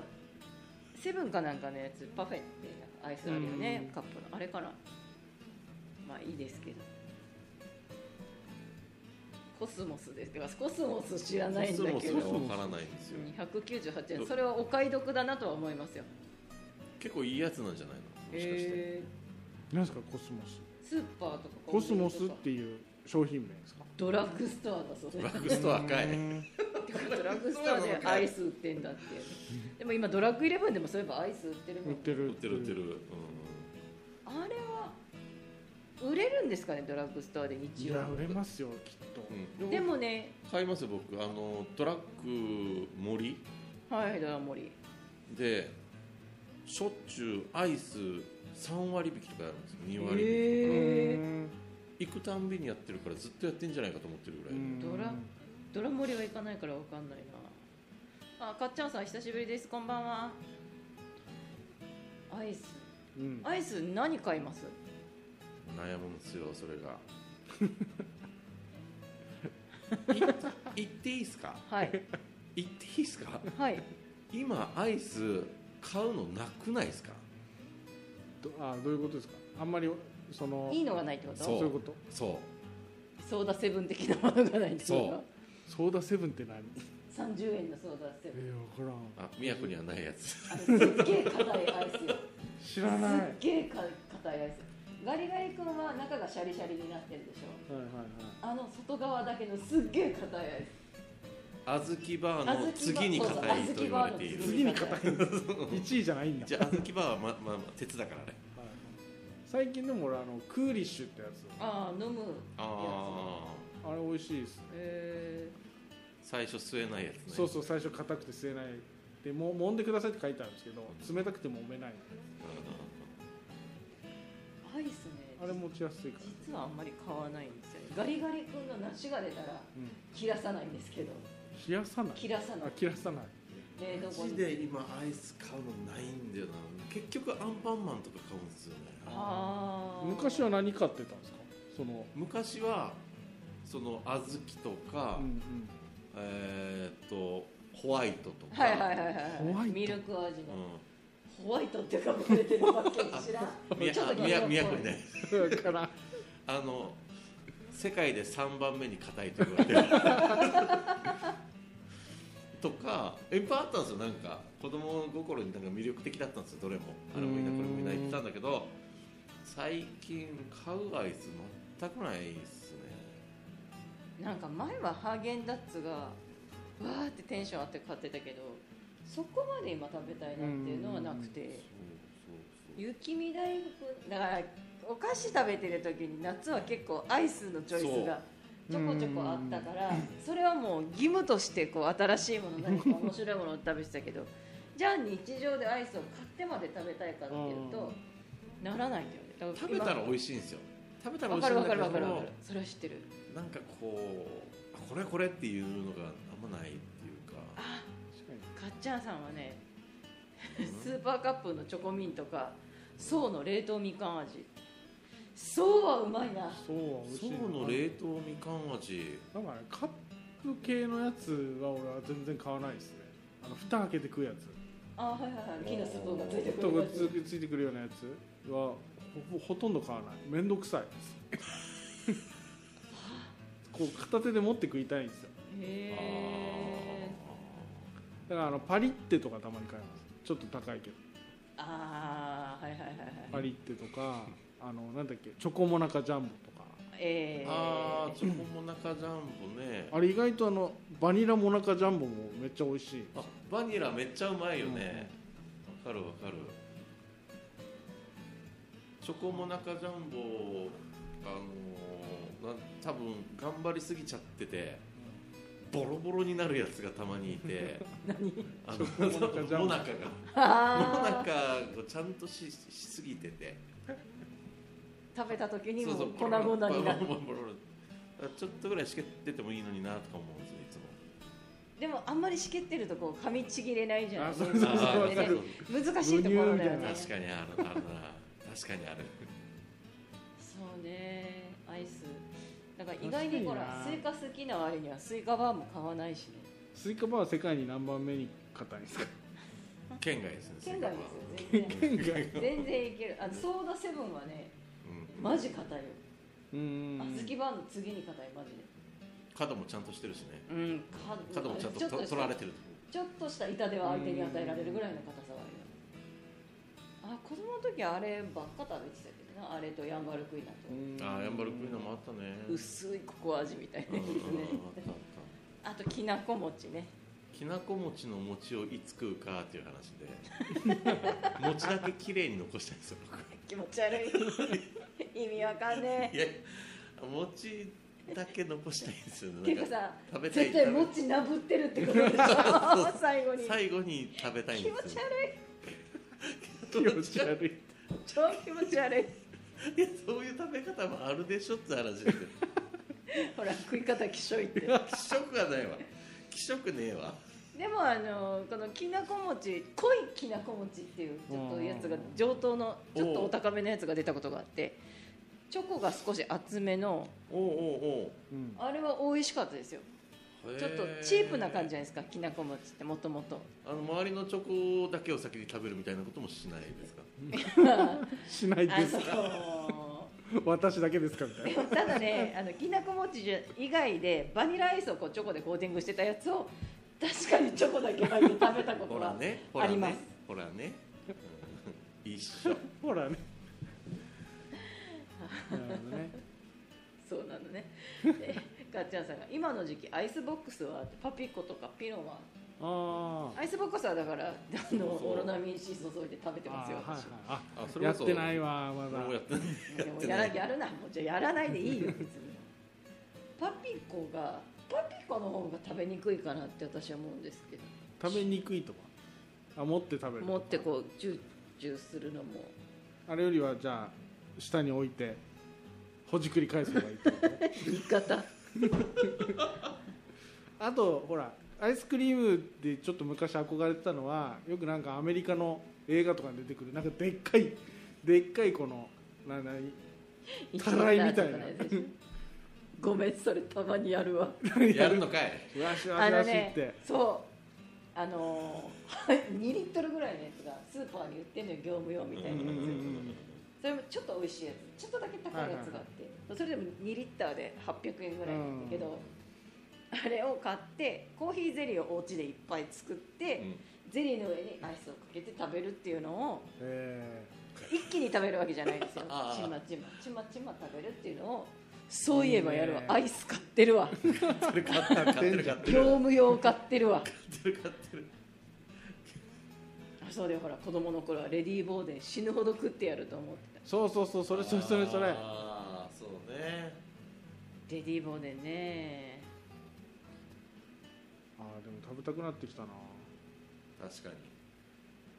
A: セブンかなんかのやつパフェってなんかアイスあるよね
C: うん
A: カップのあれかなまあいいですけどコスモスですてかコスモス知らないんだ
B: コ
A: け
B: ス
A: ど
B: モスがわからないんですよ
A: 298円それはお買い得だなとは思いますよ
B: 結構いいやつなんじゃないのもしかして、
A: え
C: 何ですかコスモス
A: ー、スーパーとか
C: コスモスっ
A: コンビニとか
C: ていう商品名ですか
A: ドラッグストアだそうです
B: ドラッグストアかい
A: てかドラッグストアでアイス売ってんだってでも今ドラッグイレブンでもそういえばアイス売ってるも
C: 売っ
A: ん
C: てる
B: 売ってる売ってる、うん、
A: あれは売れるんですかねドラッグストアで
C: い
A: 日曜
C: や売れますよきっと、
B: うん
A: でもね
B: 買いますよ僕あのドラッグ森
A: はいドラモリ
B: でしょっちゅうアイス3割引きとかやるんですよ2割引きとか、
A: へー
C: うん
B: 行くたんびにやってるからずっとやってんじゃないかと思ってるぐらいで、
A: ドラドラモリは行かないからわかんないなあかっちゃんさん久しぶりですこんばんはアイス
C: うん
A: アイス何買います
B: 悩むんですよそれ (laughs) がい言っていいですか
C: (laughs)
A: はい
B: 言っていいですか
A: はい
B: 今アイス買うのなくないですか
C: どあどういうことですかあんまりその
A: いいのがないってこと
B: そう
C: そういうこと
B: そ
A: ソーダセブン的なものがないってこ
C: ソーダセブンって何
A: と30円のソーダセ
C: え
A: ブン
C: ー、分からん
B: うあ宮古にはないやつ
A: あのすっげえ硬いアイスよ
C: 知らないはいは
A: すっげえか硬いアイスガリガリ君は中がシャリシャリになってるでしょ
C: いはい
A: あの外側だけのすっげえ硬いアイ
B: 小豆バー
A: ス
B: の次に
A: そうそう
B: 硬いと言われてい
A: 小豆バー
B: る
A: の次に硬い
B: (laughs)
C: 1位じゃないんだ、
B: じゃあ小豆バーはままあまあ鉄だからね
C: はい最近でも俺あのクーリッシュってやつ
A: ああ飲むや
B: ああ
C: あれ美味しいですね
A: つえ
B: 最初吸えないやつね
C: そうそう最初硬くて吸えないでも揉んでくださいって書いてあるんですけど冷たくて揉めない
A: ー、アイスね
C: あれ持ちやすいから、
A: 実はあんまり買わないんですよねガリガリ君の梨が出たら
C: うん、
A: 切らさないんですけど
C: 冷やさない
A: 切らさない
C: あ切らさない
A: 冷
B: マ
A: 凍庫
B: ジ
A: に
B: で今アイス買うのないんだよな結局アンパンマンとか買うんですよね
A: ああ
C: 昔は何買ってたんですかその
B: 昔はその小豆とか、
C: うん
B: えーっとホワイトとか、
A: はいはいはいはい
C: ホワイト
A: ミルク味の、
B: う
A: ホワイトっていうかぶれてるパッケージ知らん
B: ん、み
A: (laughs)
B: や
A: ちょっと
B: み
A: 黄色っ
B: や
A: ぽい
B: 宮古にね
C: うんだから
B: あの世界で3番目に硬いと言われてる (laughs) とかいっぱいあったんですよなんか子供心になんか魅力的だったんですよどれもあれもいいなこれもいいな言ってたんだけど最近買うアイス全くないですね
A: なんか前はハーゲンダッツがわーってテンション上がって買ってたけどそこまで今食べたいなっていうのはなく
B: そう
A: て
B: そう
A: 雪見大福だからお菓子食べてる時に夏は結構アイスのチョイスがちょこちょこあったからそれはもう義務としてこう新しいもの何か面白いものを食べてたけどじゃあ日常でアイスを買ってまで食べたいかっていうとならないんだよねだから
B: そう食べたら
A: 今
B: 美味しいんですよ食べたら
A: わ
B: 美味
A: か
B: しい
A: る
B: んだ
A: わ
B: け
A: か
B: ど
A: るわかるわかるそれは知ってる
B: なんかこうあこれこれっていうのがあんまないっていうか
A: かっちゃんさんはねスーパーカップのチョコミンとか層の冷凍みかん味層はうまいな
C: そうは美味し
B: そ
C: いう
B: の冷凍みかん味
C: なんかねカップ系のやつは俺は全然買わないですねあの蓋開けて食うやつ
A: あはいはいはい木のスプーンがついてく
C: と
A: る
C: こ
A: や
C: つ
A: つ
C: ついてくるようなやつはほほとんど買わないめんどくさいですこう片手で持って食いたいんですよ
A: へえ
C: だからあのパリッテとかたまに買いますちょっと高いけど
A: あああはいはいはいはい
C: パリッテとかあのなんだっけチョコモナカジャンボとか
A: ええ
B: ああチョコモナカジャンボね
C: あれ意外とあのバニラモナカジャンボもめっちゃ美味しい
B: あバニラめっちゃうまいよねわ、かるわかるチョコモナカジャンボあのー、な多分頑張りすぎちゃっててボロボロになるやつがたまにいて何あの
C: チョコモナカジャンボ
B: モナカがモナ
A: あ
B: カをちゃんとししすぎてて
A: ー食べた時にも
B: そうそう
A: 粉々になる
B: (laughs) ボロボロボロボロだからちょっとぐらいしけっててもいいのになとか思うんですよいつも
A: でもあんまりしけってるとこう噛みちぎれないじゃない
C: あそうそうそう
A: ね
B: あーわかる
A: 難しいところだよ
C: 母乳みたい
A: ね
B: 確かにあるあるな確かにある
A: そうねアイスだから意外にほら
C: 確
A: ス
C: か
A: イ
C: に
A: カ好きな割にはスイカバーも買わないしね
C: スイカバーは世界に何番目に硬いんですか
B: 県外ですね
A: 県外ですよ全然
C: 県外
A: 全然いけるあのソーダセブンはね
B: うん
A: マジ硬いよ
C: うーん
A: あずきバーの次に硬いマジで
B: 角もちゃんとしてるしね
A: うん
B: 角もちゃんとと
A: した
B: 取られてる
A: ちょっとした板では相手に与えられるぐらいの硬さはあるよあ子供の時あればっか食べてたけどなあれとヤンバルクイナと
B: ああやんばるクイナ
C: (laughs)
B: もあったね
A: 薄いココア味みたいなやつね
B: うんあったあった
A: あときなこ餅ね
B: きなこ餅の餅をいつ食うかっていう話で餅だけ綺麗に残したんですよ僕
A: (laughs) 気持ち
B: (laughs)
A: 悪い意味わかんね
B: いや餅だけ残したいんですよ
A: えて
B: ねな
A: か
B: んか
A: さ
B: 食べたい
A: 絶対
B: 食べ
A: 餅なぶってるってこと (laughs) でしょ最後に
B: 最後に食べたいん
A: 気
B: で
A: 持ち
B: すよ
A: 悪い
C: 気持ち悪い
A: 超気持ち悪い
B: いや (laughs) そういう食べ方もあるでしょって話ですよ
A: ほら食い方きしょいって
B: 気色がないわ気色ねえわ
A: でもあのこのきなこ餅濃いきなこ餅っていうちょっとやつが
C: うん
A: 上等のちょっとお高めのやつが出たことがあってチョコが少し厚めの
B: おうおうおう
C: うん
A: あれは美味しかったですよちょっとチープな感じじゃないですかきなこ餅ってもともと
B: あの周りのチョコだけを先に食べるみたいなこともしないですか
C: しない
A: あ
C: です
A: の
C: (laughs) 私だけですかみたい
A: で
C: な
A: もただねあのきなこ餅じゃ以外でバニラアイスをこうチョコでコーティングしてたやつを確かにチョコだけ入って食べたこ
B: ほ
A: と
B: ら
A: は
B: ねほら
A: ありま
B: ね
A: す
B: ほらね、うん、一緒
C: ほらねなるほどね
A: そうなのねでかっちゃんさんが「今の時期アイスボックスはパピコとかピノは
C: (laughs) あー
A: アイスボックスはだからあの
B: そう
A: オロナミン C 注いで食べてますよ
C: あーはいはい
A: 私
C: あ
B: あそ
C: やってない
B: わ
C: わま
B: もう
C: だ
B: やってない
A: でもやらやるなもうじゃあやらないでいいよ別にパピコがパピコの方が食べにくいかなって私は思うんですけど
C: 食べにくいとかあ持って食べる
A: 持ってこうジュージューするのも
C: あれよりはじゃあ下に置いてほじくり返せばいいってこと
A: 言い方
C: (laughs) あとほらアイスクリームでちょっと昔憧れてたのはよくなんかアメリカの映画とかに出てくるなんかでっかいでっかいこのななたらいみた
A: 一
C: いな
A: 番大事やつでしょごめんそれたまにやる
C: (laughs)
A: わ
B: やるのかい
C: わしわ
A: あ
C: し
A: の
C: わしっ
A: ね
C: て、
A: そうあのー、2リッ (laughs) トルぐらいのやつがスーパーに売ってんのよ業務用みたいなやつ、
C: うんうんうん
A: それもちょっと美味しいやつちょっとだけ高いやつがあって、それでも2リッターで800円ぐらいなんだけど、あれを買ってコーヒーゼリーをお家でいっぱい作って、ゼリーの上にアイスをかけて食べるっていうのを
C: え
A: 一気に食べるわけじゃないですよ
B: ああ
A: ちまちまちまちま食べるっていうのをそういえばやるわ
C: いいね
A: アイス買ってるわ
B: うん、それ買った買ってる買って
A: 業
B: る買っ
A: 務用買ってるわ
B: てる買ってる
A: そうだよほら子供の頃はレディー・ボーデン死ぬほど食ってやると思ってた
C: ーそうそうそうそれそれそれそれ
B: ああそうね
A: レディー・ボーデンね
C: あーでも食べたくなってきたな
B: 確かに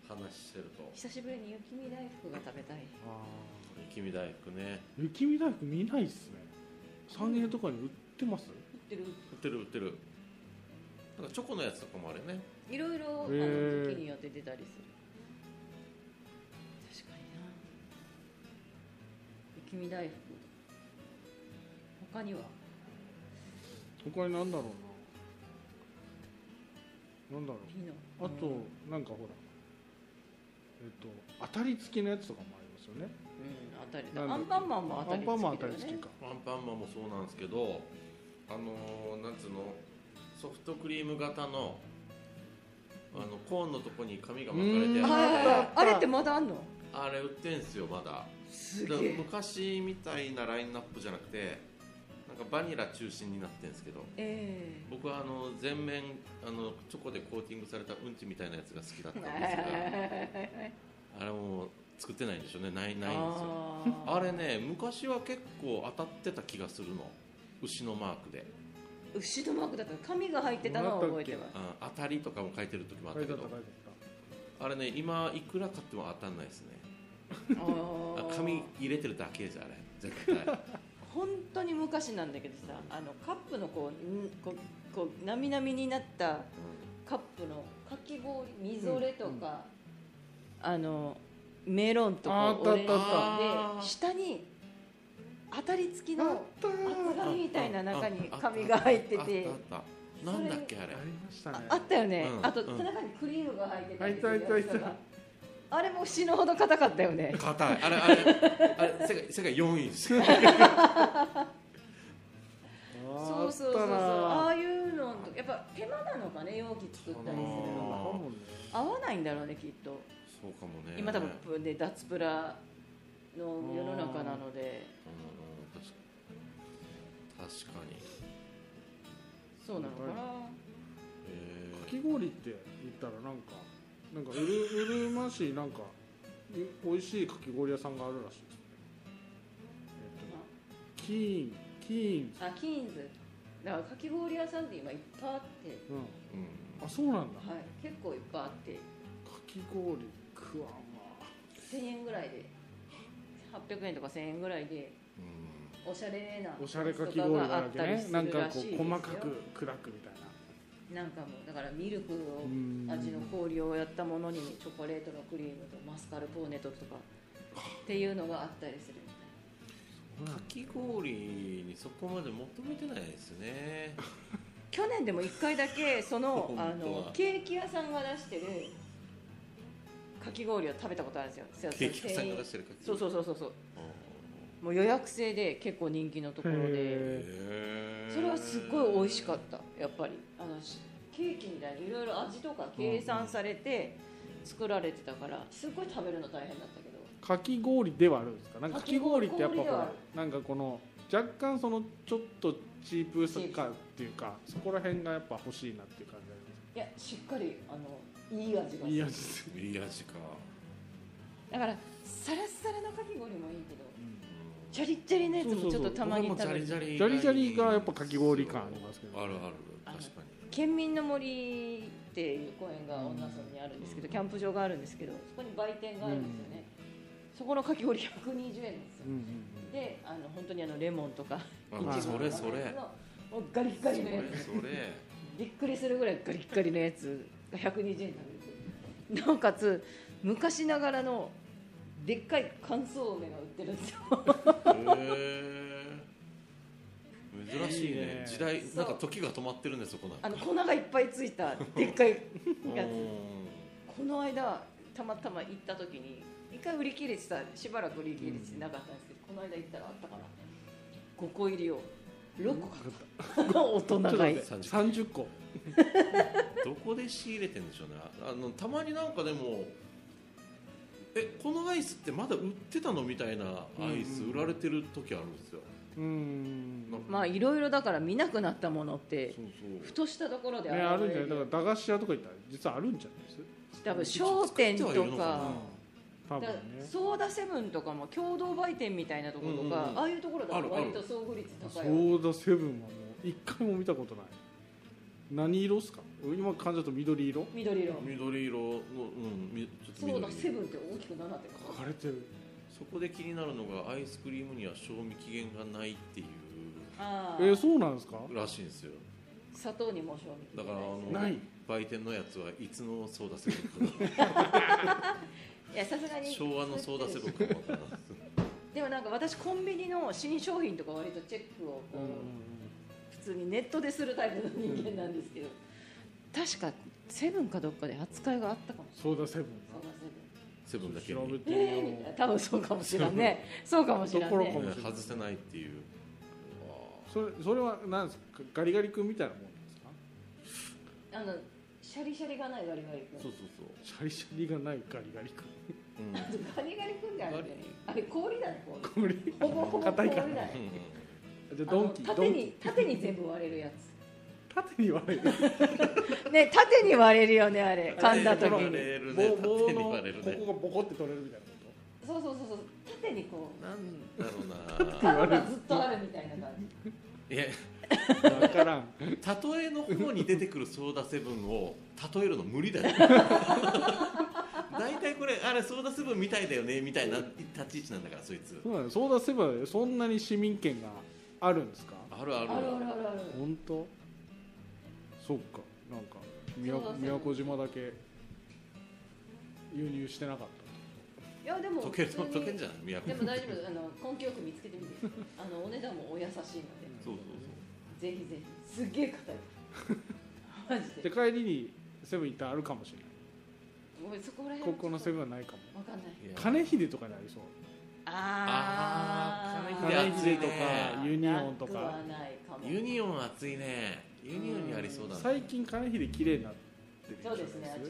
B: 話してると
A: 久しぶりに雪見大福が食べたい
C: あ
B: 雪見大福ね
C: ー雪見大福見ないっすね三軒とかに売ってます
A: 売ってる
B: 売ってる売ってるなんかチョコのやつとかもあれね
A: いろいろあの
C: へー
A: 時期によって出たりする確かにな雪見大福他には
C: 他になんだろうななんだろう
A: ピノ
C: あとなんかほらえっと当たり付きのやつとかもありますよね
A: うん当たり
C: なん
A: だ
C: だ
A: アンパ
C: っけ
A: ンマンも当た
C: ア
A: り
C: ン
A: 付
C: パンマン
A: きだ
C: 当た
A: よ
C: り付き
A: ね
C: か
B: アンパンマンもそうなんですけどあのー、なんつうのソフトクリーム型のあのコーンのとこに紙が巻かれてある
C: うん
A: はいはいはい
C: あった
A: あれってまだあんの
B: あれ売ってんすよまだ
A: すげ
B: だから
A: え
B: 昔みたいなラインナップじゃなくてなんかバニラ中心になってんですけど
A: え
B: 僕はあの全面あのチョコでコーティングされたうんちみたいなやつが好きだったんです
A: え
B: があれもう作ってないんでしょうねないないんですよ
A: あー
B: あれね昔は結構当たってた気がするの牛のマークで、
A: 牛のマークだったの紙が入ってたのは覚えてます
B: うん当たりとかも書いてる時もあっ
C: 書
B: た
C: い
B: け
C: てあ
B: ど
C: った書いて
B: あれね今いくら買っても当たんないですね
A: あ
B: あ
A: ー
B: 紙入れてるだけじゃあれ絶
C: (laughs)
B: 対
A: 本当に昔なんだけどさあのカップのこうんこうこうなみなみになったカップのかき氷みぞれとか、あのメロンと
C: ああ
A: か
C: った
A: オレンジで
B: あったあった
A: 下に当たり付き
C: あったあっ
A: の
C: た
A: 厚
B: あ
A: 紙みたいな中に
B: ああ
A: 紙が入って
B: あった
A: て
B: あったなんだっけあれ
C: ありました
A: あ
C: ね
A: あったよね、
B: うん
A: あと
B: うん
A: 背中にクリームが入ってたりするや
C: 入
A: つ
C: った
A: と
C: 入
A: か
C: った入った
A: あれも死ぬほど硬かったよね
B: 硬いあれあれあれ世界世界4位です
C: (laughs)
B: よ
A: そうそうそうそうああいうのとやっぱ手間なのかね容器作ったりするのが
B: あった
C: もんね
A: 合わないんだろうねきっと
B: そうかもね
A: 今多分、ね、脱プラの世の中なので
B: うん確か確かに、
A: そうなのかな
B: え
C: かき氷って言ったらなんかなんかうるうるま市なんかい美味しいかき氷屋さんがあるらしいですねえっとキーンキーン
A: あキーンズだからかき氷屋さんって今いっぱいあって、
C: う
B: ー
C: ん
B: うん、
C: あそうなんだか
A: はい、結構いっぱいあって
C: き氷くわま
A: 1000円ぐらいで800円とか1000円ぐらいで
B: うん
A: おしゃれな
C: あおしゃれかき氷だらけね
A: と
C: な
A: か
C: んか
A: があった
C: こ
A: りするらしいです
C: う
A: よ
C: 細かく砕くみたいな
A: なんかもうだからミルクを
C: うん
A: 味の氷をやったものにチョコレートのクリームとマスカルポーネととかっていうのがあったりするみたいな
B: かき氷にそこまで求めてないですね。
A: 去年でも1回だけその
B: 本当は
A: あのケーキ屋さんが出してるかき氷を食べたことあるんですよ
B: ケーキ屋さんが出
A: そ
B: してるかき
A: う
B: 氷。
A: そう
B: そう。
A: うそうそうそうもう予約制で結構人気のところで
C: へ
B: へー
A: それはすっごい美味しかったやっぱりあのしケーキみたいにいろいろ味とか計算されて作られてたからすっごい食べるの大変だったけど
C: かき氷ではあるんですかなんか
A: か
C: か
A: き
C: き
A: 氷
C: 氷ってやっぱほ
A: ではあ
C: ら
A: る
C: なんかこの若干そのちょっとチープさかっていうかそこら辺がやっぱ欲しいなっていう感じあります
A: いやしっかりあのいい味がす
C: いい
A: る
C: 味です、
B: いい味か。
A: だからサラッサラのかき氷もいいけど
B: うん
A: チャリッチャリのやつもちょっとたまに
B: 僕
A: 食
B: はもう
A: べ
B: ジャ
A: る
B: リ
C: ジャリジャリがやっぱかき氷感ありますけど
B: あるある
A: あの
B: 確かに。
A: 県民の森っていう公園が女村にあるんですけど、
B: うん
A: キャンプ場があるんですけどそこに売店があるんですよね、そこのかき氷120円なんですよ、
C: うんうんうん
A: であの本当にあのレモンとか
C: あ
B: あ
A: イチゴ
B: そ
A: と
B: れ
A: か
B: それ。
A: もうガリッガリのやつ
B: それそれ。
A: びっくりするぐらいガリッガリのやつが120円なんですよなおかつ昔ながらのでっかい乾燥梅が売ってるんですよ
B: へー珍しい
C: いい
B: ね
C: ね
B: 時代
A: そう
B: なんか時が止まってるんですよこの
A: あの粉がいっぱいついたでっかいやつ
B: つ
A: この間たまたま行った時に一回売り切れてたしばらく売り切れてなかったんですけど、この間行ったらあったかな5個入りを6個買った大人
C: ちょっと
A: 買い
C: 待って30個
B: どこで仕入れてんでしょうねあのたまになんかでもえこのアイスってまだ売ってたのみたいなアイス
C: うんうん
B: 売られてる時あるんですよ、
C: うん
B: なんか
A: まあいろいろだから見なくなったものっ
B: そう
A: てふ
B: そ
A: としたところで
C: ね、あるん
A: 現
C: じゃ
A: れ
C: ないだ
A: る
C: から駄菓子屋とか行ったら実はあるんじゃないです
A: 多分商店と
B: 作ってはいるのか
A: か
B: な
C: 多分
A: だから
C: ね
A: ソーダセブンとかも共同売店みたいなところとか、
B: うんうんうん
A: ああいうところだ
B: あ
A: と
B: るある
A: 割と遭遇率
C: ソ
A: 高いよ
C: ーダセブンはもう一回も見たことない何色っすか今感じだと緑色
A: 緑色
B: う緑色の、うん、みちょっと
A: ソーダ
B: 緑
A: セ
B: 色
A: ブンって大きく7って書く
C: 書かれてる
B: そこで気になるのがアイスクリームには賞味期限がないっていう
A: あ
C: え
A: ー
C: ー、そうなんですから
B: しいんですよ
A: 砂糖にも賞味期
B: だ
A: 限
B: からあ
A: ないですよ
B: の
C: ない
B: 売店のやつはいつのソーダセブンか
A: いやさすがに
B: 昭和のソーダセブンかもわからない
A: でもなんか私コンビニの新商品とか割とチェックをこう、普通にネットでするタイプの人間なんですけど、確かセブンかどっかで扱いがあったかもし
C: ソーダセブン
A: れない
B: セブンだけに
C: 調べて
A: セブン
C: みよ
A: え
C: う
A: ーみたいな多分そうかもしれんねそうかもしれん
C: ところ
A: ね
C: かも
B: うん外せないっていううわ
C: それそれは何ですかガリガリ君みたいなもんなんです
A: あ
C: か
A: のシャリシャリがないガリガリ君
B: そうそうそう
C: シャリシャリがないガリガリ君
A: (laughs)
B: うん、うん
A: ガリガリ君じゃあれあれ氷だね氷
C: これ
A: ほぼほぼ
C: 硬
A: 氷
C: い
A: だ
C: から
A: ね
C: じゃあ
A: あ
C: ド
A: の
C: ンキド
A: 縦
C: ンキ
A: に縦に全部割れるや
C: 縦に悪い
A: つね縦に割れるよねあれ噛んだ時
B: 縦に割
A: に
B: れるね
D: 棒棒
B: 縦に
D: の
B: 割れる
D: こ
B: ね
D: こがボコって取れるみたいなこ
A: そうそうそうそう縦にこう
B: なんだろうな
A: 角がずっとあるみたいな感じ
B: いや
C: 分からん
B: 例えの方に出てくるソーダセブンを例えるの無理だよ (laughs) 大体これあれソーダセブンみたいだよねみたいな立ち位置なんだからそいつ
C: そうなのそう出せばそんなに市民権があるんですか
B: あるある
A: あるあるあるある
C: 本当そっかなんか宮
A: そうだそうだ
C: 宮古島だけ輸入してなかっ
A: いやでも
B: 溶ける
A: 普通に
B: 溶けんじゃない宮
A: で
B: 古
A: も大丈夫あの根気よく見つけてみてあのお値段もお優しいので
B: そうそう
A: ぜひぜひすっげえ硬いマジ
C: たで
A: で
C: 帰りにセブン行ったらあるかもしれない
A: ごめんそこら辺
C: ここのセ
A: 分
C: ブンはないかも
A: わかんない
B: そういや
C: 金秀とかにありそう
A: あー
B: あー
C: 金
B: 金
C: 秀
B: 秀
C: とかユニオンと
A: なくは
C: か
A: ないかも
B: ユニオン熱いねユニオンにありそうだね
C: 最近金秀綺麗になってるじゃ
A: そう
C: ない
A: で
C: ですす
A: ねあちこ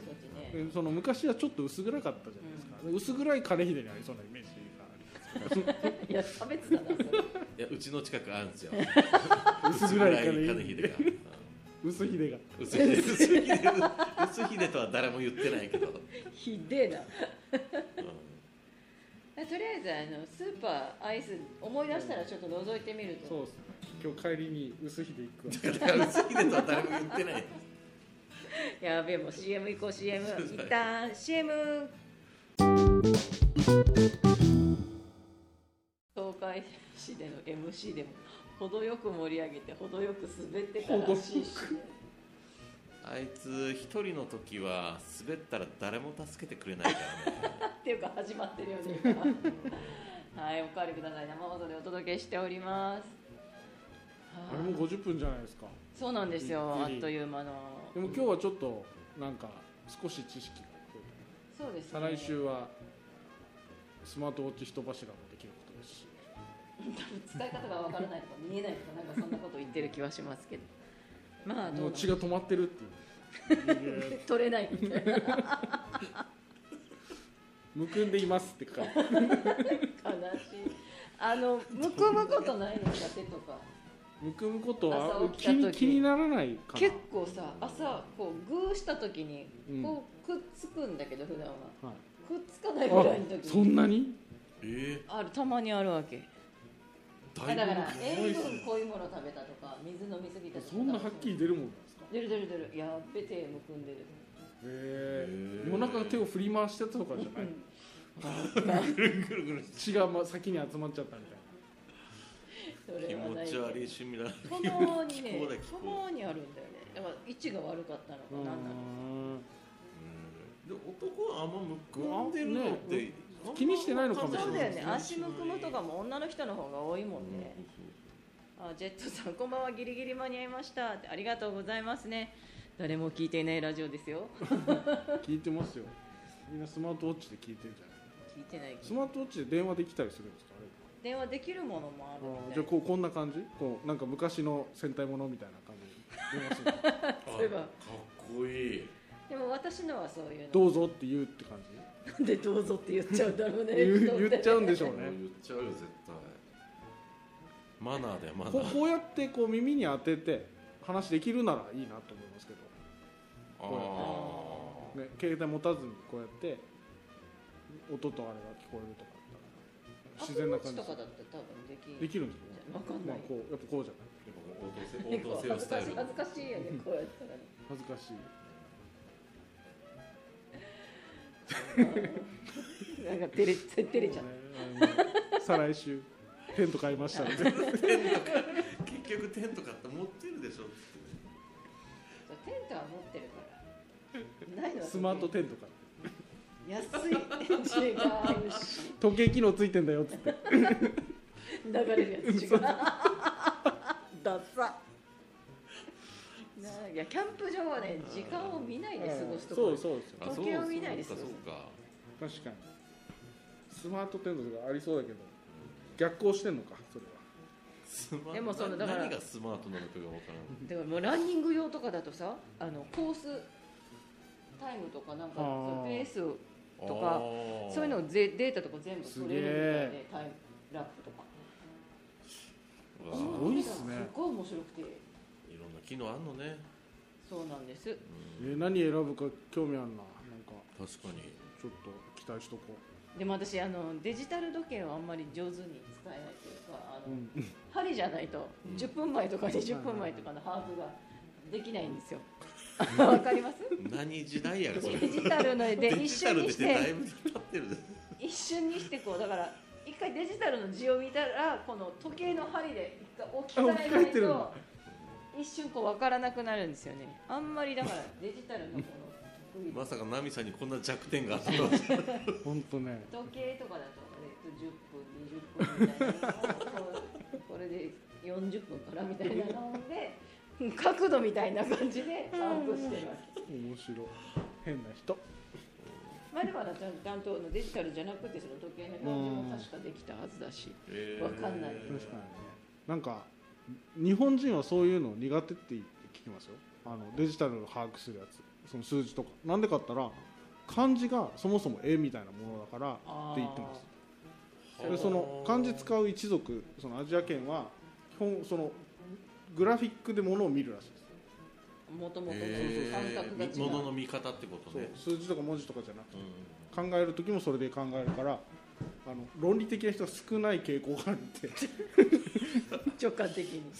A: ちね
C: でその昔はちょっと薄暗かったじゃないですか、で薄暗い金秀にありそうなイメージがある
A: いや差別だなそれ
B: いやうちの近くあるんですよ
C: (laughs) 薄暗い金
B: 金
C: 秀
B: 秀が
C: 薄秀が
B: うん薄秀薄秀薄秀とは誰も言ってないけど、うん
A: ひでえなとりあえずあのスーパーアイス思い出したらちょっと覗いてみると
C: そうですね今日帰りに薄秀行
A: (laughs)
C: くわ
B: だから薄秀とは誰も言ってない
A: やべえもう CM 行こう CM
B: そうそう
A: 一旦 CM 東海市での MC でも程よく盛り上げて程よく滑ってたらしいしね、
B: あいつ一人の時は滑ったら誰も助けてくれないからね
A: っていうか始まってるよね今はいおかわりください生放送でお届けしております
C: あれも50分じゃないですか
A: そうなんですよあ
C: びっくり
A: っという間の
C: でも今日はちょっとなんか少し知識が増え
A: そうです、ね、
C: た再来週はスマートウォッチ人柱もできることですし
A: 使い方がわからないとか見えないとかなんかそんなこと言ってる気はしますけどまあど
C: も
A: う
C: う
A: な
C: 血
A: の
C: が止まってるっていういや
A: (laughs) 取れないみたいな
C: むくんでいますって書いてある
A: 悲しいあのむくむことないのか手とか
C: むくむことは
A: 朝起きた
C: 気
A: 時
C: に気にならないかな
A: 結構さ朝こうグーした時に
C: うん
A: こうくっつくんだけど普段は
C: はい
A: くっつかないぐらいの
C: あそ
A: 時に
C: んなに
B: え
A: あるたまにあるわけ
B: ー、
A: あだから塩
B: す
A: 分濃いもの食べたとか水飲みすぎたとか
C: そんなはっきり出るもんなんですか
A: 出る出る出るやっべ手むくんでる
C: へえ
B: へえ
C: 夜中手を振り回してたとかじゃない
B: ぐるぐるぐる
C: 血がま先に集まっちゃったみたい
A: それ
B: 気
A: はな
B: 持
A: い
B: ち悪
A: (laughs)
B: い趣味だな
A: たまに
B: 気
A: ね
B: 候だ気
A: た
B: 候
A: まにあるんだよねだから位置が悪かったのか
C: な
A: なんなのか
B: で男はあんまむくんでるのって、
C: ね気にしてないのかもしれ
A: そう
C: な
A: だ
C: い
A: よね足むくむとかも女の人の方が多いもんね、あジェットさんこんばんはギリギリ間に合いましたってありがとうございますね誰も聞いていないラジオですよ
C: 聞いてますよみんなスマートウォッチで聞いてるじゃない
A: 聞いてないけ
C: ス
A: ど
C: マートウォッチで電話できたりするんですかあ
A: 電話できるものもあ
C: れ
A: るみ
C: あ
A: た
C: ー
A: い
C: じゃあこうこんな感じこうなんか昔の戦隊ものみたいな感じで (laughs) 電話する
B: あ
A: そういえば
B: かっこいい
A: でも私のはそういうの
C: どうぞって言うって感じ
A: なんでどうぞって言っちゃうんだろうね
C: 言
A: 人
C: う言っちゃうんでし
B: も
C: ょ
B: う
C: う
B: 言っ
C: ね
B: ちゃうよ絶対マナーだよマナ
C: こ
B: ー
C: うこうやってこう耳に当てて話できるならいいなと思いますけど、
B: あー
C: ね、携帯持たずにこうやって音とあれが聞こえるとかだったら
A: 自
C: 自
A: 然
C: 然
A: な
C: な
A: 感
C: 感
A: じ
C: じ
A: とかだったら多分でき
C: で
A: る
C: きるんです
A: わか
C: よ、
A: んな
C: まあ
A: い、、
C: こうやっぱこうじゃない
B: でも
A: 結
B: こう応答
A: 構
B: せ応答せよ
A: 恥ず
B: ス
A: か
B: タイ
A: しい恥ずかしい
B: ル
A: よねこうやったらね
C: 恥ずかしい
A: なんか照れ照れちゃう
C: ねあの再
A: (laughs)
C: 来週テント買いましたので
B: 結局テント買った持ってるでしょって
A: そうテントは持ってるからないのは
C: スマートテント買って
A: 安い違うし
C: 時計機能ついてんだよっつって
A: 流れるやつ違うダサないやキャンプ場はね時間を見ないで過ごすとこ
C: そう
A: ろ
C: そうですよ
B: あそう
A: 時計を見ないです
B: そうかそうか
C: 確かにスマートテントとかありそうだけど逆行してんのかそれは
B: スマ
A: でもそのだから
B: 何がスマートなのかが分からない
A: だからもうランニング用とかだとさあのコースタイムとかなんか
C: あー
A: そうペース
B: と
A: とかそういうのをぜデータとか全部取れるみたい
C: すげ
A: でタイムラップとか
C: すごいっすね
A: すっごい面白くて
B: いろんな機能あんのね、
A: そうなんです
B: う
C: え
B: ん
C: ー何選ぶか興味あるななんか
B: 確かに
C: ちょっと期待しとこ
A: でも私あのデジタル時計をあんまり上手に使えないというかあ
C: う、
A: の、
C: うん、
A: 針じゃないと
B: うん
A: 10分前とか20分前とかの把握ができないんですよわかります
B: 何時代やろそれ
A: デジタルので
B: デ
A: 一
B: ジタ
A: 瞬
B: ル
A: に
B: で
A: し
B: だ
A: て
B: いぶ経ってるで
A: 一瞬にしてこうだから一回デジタルの字を見たらこの時計の針で一回置き換え
C: あ置き換
A: な
C: え
A: い
C: てるんだ
A: と一瞬こう分からなくなるんですよねあんまりだからデジタルのこの
B: まさかナミさんにこんな弱点があったとはう
C: ほんとね
A: 時計とかだと、えっと、10分20分みたいなのをこうこれで40分からみたいなので角度みたいな感じで把握してます
C: 面白い変な人
A: 前ではだ担当のデジタルじゃなくてその時計の表示も確かできたはずだし、(laughs)
B: え
A: わかんない
C: 確かにねなんか日本人はそういうの苦手って聞きますよあのデジタルを把握するやつその数字とかなんでかって言ったら漢字がそもそも絵みたいなものだからって言ってますでその漢字使う一族そのアジア圏は基本そのグラフィックでものを見るらしいです
A: もともとの
B: え
A: 感覚が違
B: ー
A: う、
B: ものの見方ってことね
C: そう数字とか文字とかじゃなくて
B: う
C: 考える時もそれで考えるからあの論理的な人は少ない傾向がある
A: (laughs)
C: って
A: 直感的に、
B: ん
A: まあ、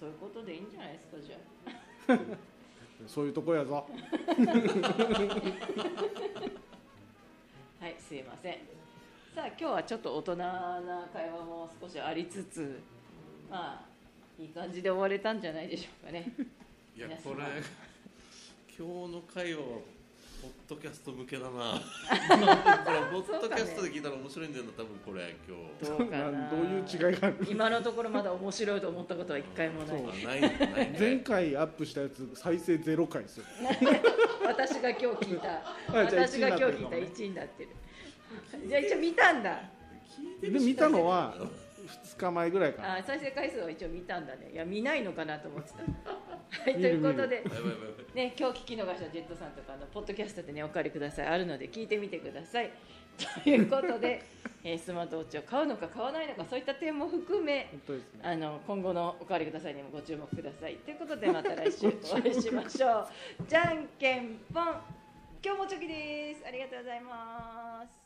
A: そういうことでいいんじゃないですかじゃあ
C: そういうとこやぞ
A: はいすいませんさあ今日はちょっと大人な会話も少しありつつまあいい感じで終われたんじゃないでしょうかね
B: いや
A: 皆様
B: これ (laughs) 今日の会話はポッドキャスト向けだなこれポッドキャストで聞いたら面白いんだよな多分これ今日
A: どうか
C: な
A: なん
C: (laughs) どういう違いがある
A: 今のところまだ面白いと思ったことは一回もない
B: あないないね
C: 前回アップしたやつ再生ゼロ回ですよ
A: 私が今日聞いた
C: あじゃあ
A: 私が今日聞いた1位になってるじゃあ一応見たんだ
B: 聞いて
C: で
B: る人
C: 見たのは2日前ぐらいかな
A: あ再生回数は一応見たんだねいや見ないのかなと思ってたはいと
C: 見
A: い
C: る
A: うことで
B: やばいやばいやばい
A: ね、今日聞き逃したジェットさんとかあのポッドキャストでねお借りくださいあるので聞いてみてください。ということで、えースマートウォッチを買うのか買わないのかそういった点も含め
C: 本当ですね
A: あの今後のお借りくださいにもご注目ください。ということでまた来週お会いしましょう。じゃんけんぽん今日もチョキです。ありがとうございます。